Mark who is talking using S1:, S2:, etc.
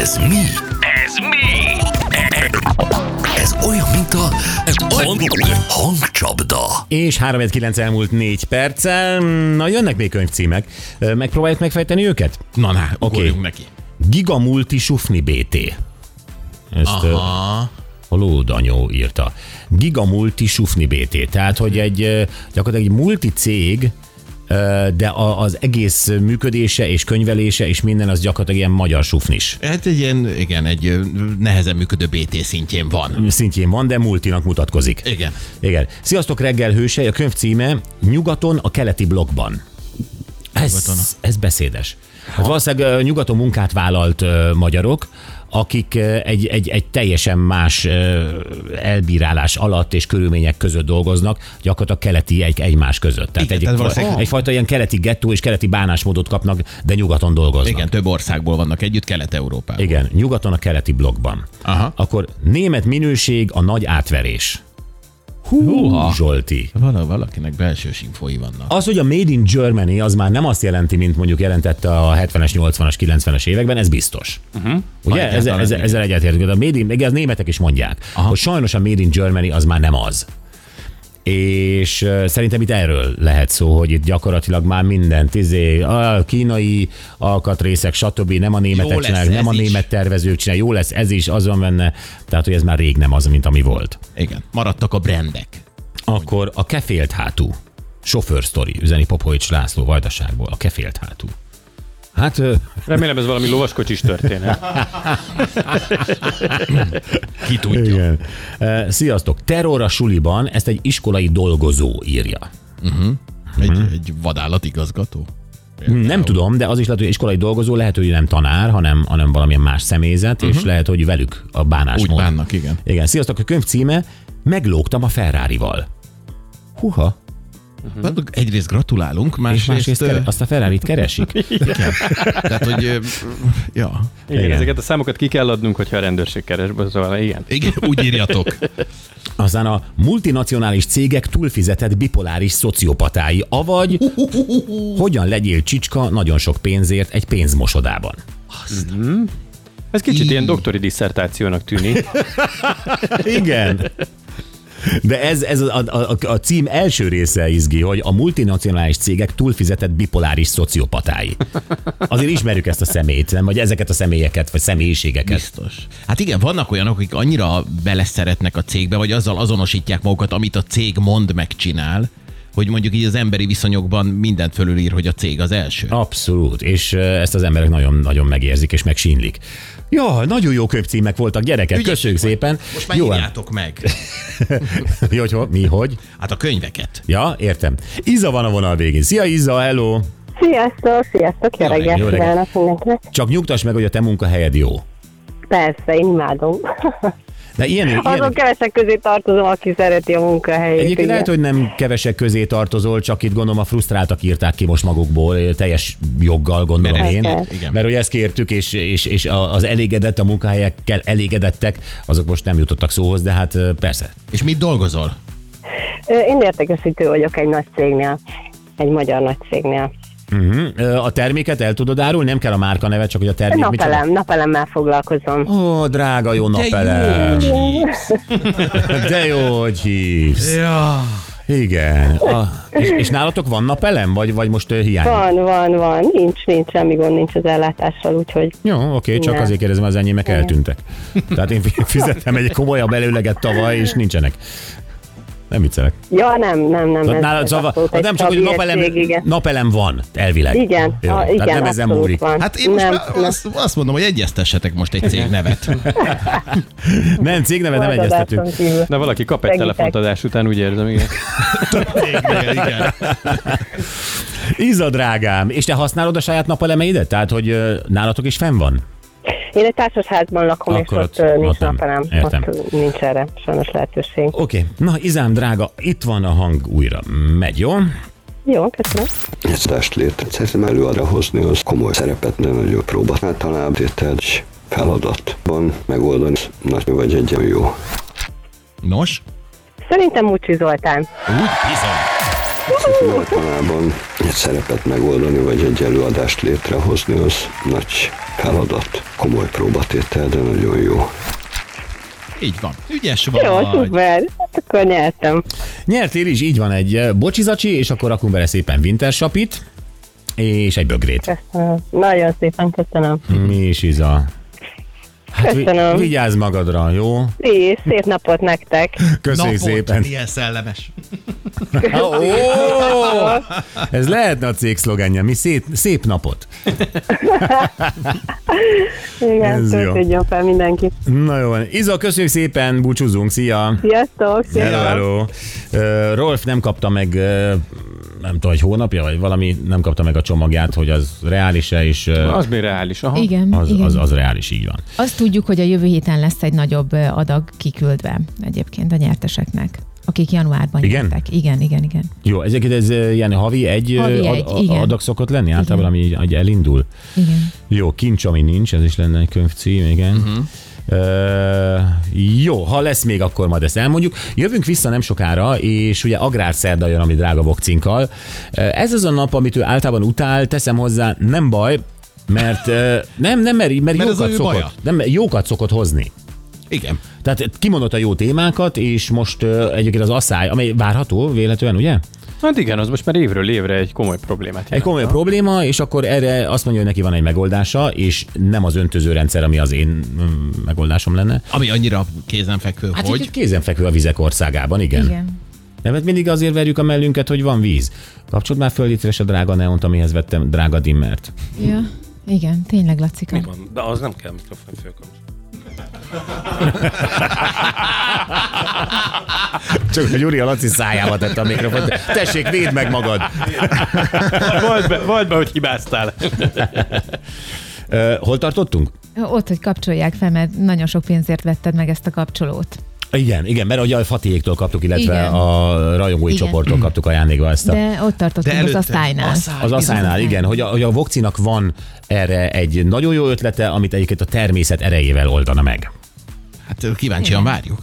S1: Ez mi?
S2: Ez mi?
S1: Ez olyan, mint a hangcsapda.
S3: És 319 elmúlt 4 perccel, na jönnek még könyvcímek. Ö, Megpróbáljuk megfejteni őket? Na, na, oké.
S4: Ugorjunk
S3: Okay.
S4: neki.
S3: Gigamulti Sufni BT. Ezt ö,
S4: Aha.
S3: a Lódanyó írta. Gigamulti Sufni BT. Tehát, hogy egy ö, gyakorlatilag egy multi cég, ö, de a- az egész működése és könyvelése és minden az gyakorlatilag ilyen magyar sufnis
S4: Hát egy ilyen, igen, egy ö, nehezen működő BT szintjén van.
S3: szintjén van, de multinak mutatkozik.
S4: Igen.
S3: Igen. Sziasztok reggel hősei, a könyv címe Nyugaton a keleti blokkban.
S4: Nyugaton
S3: Ez, ez beszédes. Hát valószínűleg ö, nyugaton munkát vállalt ö, magyarok, akik ö, egy, egy, egy teljesen más ö, elbírálás alatt és körülmények között dolgoznak, gyakorlatilag keleti egy, egymás között. Tehát
S4: Igen,
S3: egy,
S4: tehát valószínűleg-
S3: egyfajta ilyen keleti gettó és keleti bánásmódot kapnak, de nyugaton dolgoznak.
S4: Igen, több országból vannak együtt, Kelet-Európában.
S3: Igen, nyugaton a keleti blokkban.
S4: Aha.
S3: Akkor német minőség a nagy átverés. Hú,
S4: Húha.
S3: Zsolti.
S4: Val- valakinek belsős infói vannak.
S3: Az, hogy a Made in Germany az már nem azt jelenti, mint mondjuk jelentette a 70-es, 80-as, 90-es években, ez biztos. Uh-huh.
S4: Mhm.
S3: Ugye?
S4: Egyáltalán
S3: Ezzel, ezzel,
S4: igen.
S3: ezzel egyetértünk. De A Made in, igen, az németek is mondják, Aha. hogy sajnos a Made in Germany az már nem az. És ö, szerintem itt erről lehet szó, hogy itt gyakorlatilag már minden, izé, a kínai alkatrészek, stb. nem a németek
S4: lesz
S3: csinálják, nem
S4: ez
S3: a
S4: is.
S3: német tervezők csinálják, jó lesz ez is, azon benne, tehát hogy ez már rég nem az, mint ami volt.
S4: Igen. Maradtak a brendek.
S3: Akkor a kefélt hátú. Sofőr sztori, üzeni Popovics László Vajdaságból, a kefélt hátú. Hát ö,
S5: Remélem ez valami lovaskocsis történet.
S4: Ki tudja.
S3: igen. Ö, Sziasztok, terror a suliban, ezt egy iskolai dolgozó írja.
S4: Egy, egy vadállatigazgató.
S3: Nem tudom, de az is lehet, hogy iskolai dolgozó, lehet, hogy nem tanár, hanem, hanem valamilyen más személyzet, uh-huh. és lehet, hogy velük a
S4: Úgy
S3: bánásmód.
S4: bánnak, igen.
S3: Igen, sziasztok, a könyv címe Meglógtam a Ferrari-val. Huha,
S4: Hát Egyrészt gratulálunk,
S3: és
S4: másrészt...
S3: másrészt
S4: ö,
S3: kere- azt a Ferrari-t keresik?
S4: Tehát, hogy... ö, Ja.
S5: Igen,
S3: Igen.
S5: igen, ezeket a számokat ki kell adnunk, hogyha a rendőrség keres, szóval igen.
S4: Igen, úgy írjatok.
S3: Aztán a multinacionális cégek túlfizetett bipoláris szociopatái, avagy hogyan legyél csicska nagyon sok pénzért egy pénzmosodában.
S5: Ez kicsit
S4: Így.
S5: ilyen doktori disszertációnak tűnik.
S3: Igen. De ez, ez a, a, a, a cím első része izgi, hogy a multinacionális cégek túlfizetett bipoláris szociopatái. Azért ismerjük ezt a szemét, nem? Vagy ezeket a személyeket, vagy személyiségeket.
S4: Biztos. Hát igen, vannak olyanok, akik annyira beleszeretnek a cégbe, vagy azzal azonosítják magukat, amit a cég mond, megcsinál, hogy mondjuk így az emberi viszonyokban mindent fölülír, hogy a cég az első.
S3: Abszolút, és ö, ezt az emberek nagyon-nagyon megérzik és megsínlik. Ja, nagyon jó köpcímek voltak, gyerekek,
S4: Ügyesek
S3: köszönjük
S4: vagy.
S3: szépen.
S4: Most már
S3: jó, hát
S4: írjátok meg.
S3: mi, hogy, ho- mi, hogy?
S4: Hát a könyveket.
S3: Ja, értem. Iza van a vonal végén. Szia Iza, hello!
S6: Sziasztok, sziasztok, jó
S4: reggelt,
S3: jó
S6: reggelt
S3: reggelt.
S6: kívánok mindenkinek.
S3: Csak nyugtass meg, hogy a te munkahelyed jó.
S6: Persze, én imádom.
S3: De ilyen, ilyen
S6: Azon kevesek közé tartozom, aki szereti a munkahelyét.
S3: Egyébként
S6: igen.
S3: lehet, hogy nem kevesek közé tartozol, csak itt gondolom a frusztráltak írták ki most magukból, eh, teljes joggal gondolom
S4: Mert-
S3: én.
S6: Persze.
S4: Igen.
S3: Mert hogy ezt kértük, és, és, és a- az elégedett, a munkahelyekkel elégedettek, azok most nem jutottak szóhoz, de hát ö, persze.
S4: És mit dolgozol?
S6: Ö, Én értékesítő vagyok egy nagy cégnél, egy magyar nagy cégnél.
S3: Uh-huh. Ö, A terméket el tudod árulni? Nem kell a márka neve, csak hogy a termék
S6: Napelem, napelemmel foglalkozom.
S3: Ó, drága jó napelem. De jó, hogy hívsz.
S4: Ja.
S3: Igen. A, és, és nálatok van napelem, vagy, vagy most ö, hiányzik?
S6: Van, van, van, nincs, nincs, semmi gond nincs az ellátással, úgyhogy
S3: Jó, oké, csak
S6: Igen.
S3: azért kérdezem, az enyémek eltűntek. Tehát én fizettem egy komolyabb előleget tavaly, és nincsenek. Nem viccelek.
S6: ja, nem, nem, nem.
S3: Tehát nálad
S6: ez
S3: szóval,
S6: abszolút egy
S3: nem csak, hogy
S6: stabil
S3: napelem,
S6: cég, igen.
S3: napelem van, elvileg.
S6: Igen,
S3: Jó,
S6: a,
S3: tehát
S6: igen,
S3: nem ezen
S6: abszolút
S3: múlik.
S6: van.
S4: Hát én most
S6: nem,
S4: már azt, azt mondom, hogy egyeztessetek most egy cég nevet.
S3: Nem, cégneve nem
S6: majd
S3: egyeztetünk.
S6: adáson kívül.
S5: De valaki kap egy
S6: Segítek.
S5: telefontadás után, úgy érzem, igen.
S4: Igen, igen.
S3: Iza, drágám, és te használod a saját napelemeidet? Tehát, hogy ö, nálatok is fenn van?
S6: Én egy társasházban lakom,
S3: Akkor
S6: és
S3: ott-
S6: ott, ö, nincs
S3: ott nem.
S6: napelem,
S3: Értem.
S6: ott nincs erre sajnos lehetőség.
S3: Oké, okay. na Izám, drága, itt van a hang újra. Megy, jó?
S6: Jó, köszönöm.
S7: egy testlét szerintem előadra hozni, az komoly szerepet nem nagyon próba. Általában egy feladatban megoldani, nagy vagy egy olyan jó.
S4: Nos,
S6: Szerintem Mucsi Zoltán.
S4: úgy bizony.
S7: Szerintem általában Hát egy szerepet megoldani, vagy egy előadást létrehozni, az nagy feladat. Komoly próbatétel, de nagyon jó.
S4: Így van. Ügyes
S6: Jó,
S4: vagy.
S6: szuper. Hát akkor nyertem.
S3: Nyertél is, így van egy eh, bocsizacsi, és akkor rakunk bele szépen wintersapit, és egy bögrét.
S6: Köszönöm. Nagyon szépen köszönöm.
S3: Mi is Iza? Hát vi-
S6: Köszönöm.
S3: vigyázz magadra, jó?
S6: Így, szép napot nektek.
S3: Köszönjük
S4: Napot,
S3: szépen.
S4: Milyen szellemes.
S3: Ó, ez lehetne a cég szlogenje, mi szép, szép napot.
S6: Igen,
S3: Ez jó.
S6: töltődjön fel mindenki.
S3: Na jó, van. Iza, köszönjük szépen, búcsúzunk, szia! Hello,
S6: Sziasztok! sziasztok.
S3: hello. Ö, Rolf nem kapta meg ö, nem tudom, egy hónapja, vagy valami, nem kapta meg a csomagját, hogy az reális-e, és eh, ö,
S5: Az még reális, aha.
S2: Igen,
S3: az,
S2: igen.
S3: az, az reális, így van.
S2: Azt tudjuk, hogy a jövő héten lesz egy nagyobb ö, adag kiküldve egyébként a nyerteseknek, akik januárban
S3: Igen?
S2: nyertek. Igen, igen, igen.
S3: Jó, ezeket ez ö, ilyen havi egy,
S2: Havi
S3: havi
S2: egy,
S3: ad, egy
S2: igen.
S3: adag szokott lenni általában, ami így- így elindul.
S2: igen.
S3: Jó, kincs, ami nincs, ez is lenne egy könyvcím, igen.
S4: Mhm.
S3: Uh-huh. Ö, jó, ha lesz még, akkor majd ezt elmondjuk. Jövünk vissza nem sokára, és ugye agrárszerda jön, ami drága vokcinkkal. Ö, Ez az a nap, amit ő általában utál, teszem hozzá, nem baj, mert ö, nem, nem, mert, mert,
S4: Mert ez
S3: jókat,
S4: az ő
S3: szokott,
S4: baja.
S3: nem, jókat szokott hozni.
S4: Igen.
S3: Tehát kimondott a jó témákat, és most ö, egyébként az asszály, amely várható véletlenül, ugye?
S5: Hát igen, az most már évről évre egy komoly problémát
S3: Egy
S5: jelent.
S3: komoly probléma, és akkor erre azt mondja, hogy neki van egy megoldása, és nem az öntözőrendszer, ami az én mm, megoldásom lenne.
S4: Ami annyira kézenfekvő,
S3: Hát
S4: hogy...
S3: hogy? kézenfekvő a vizek országában, igen. igen.
S2: igen.
S3: Nem, mert mindig azért verjük a mellünket, hogy van víz. Kapcsold már föl litteres a drága neont, amihez vettem drága dimmert.
S2: Ja, igen, tényleg, Lacika.
S8: Van, de az nem kell mikrofon fölkapcsolni.
S3: Csak hogy Gyuri a Laci szájába tette a mikrofont. Tessék, védd meg magad!
S5: Vagy be, vagy be, hogy hibáztál.
S3: Ö, hol tartottunk?
S2: Ott, hogy kapcsolják fel, mert nagyon sok pénzért vetted meg ezt a kapcsolót.
S3: Igen, igen, mert ugye a Fatiéktól kaptuk, illetve
S2: Igen.
S3: igen. a rajongói
S2: Igen. Mhm.
S3: igen. csoporttól kaptuk ajándékba ezt a...
S2: De ott tartottunk az asztálynál.
S4: Asszály,
S3: Az asszánynál,
S2: Bizony.
S3: igen, hogy a, hogy a vokcinak van erre egy nagyon jó ötlete, amit egyébként a természet erejével oldana meg.
S4: Hát kíváncsian várjuk.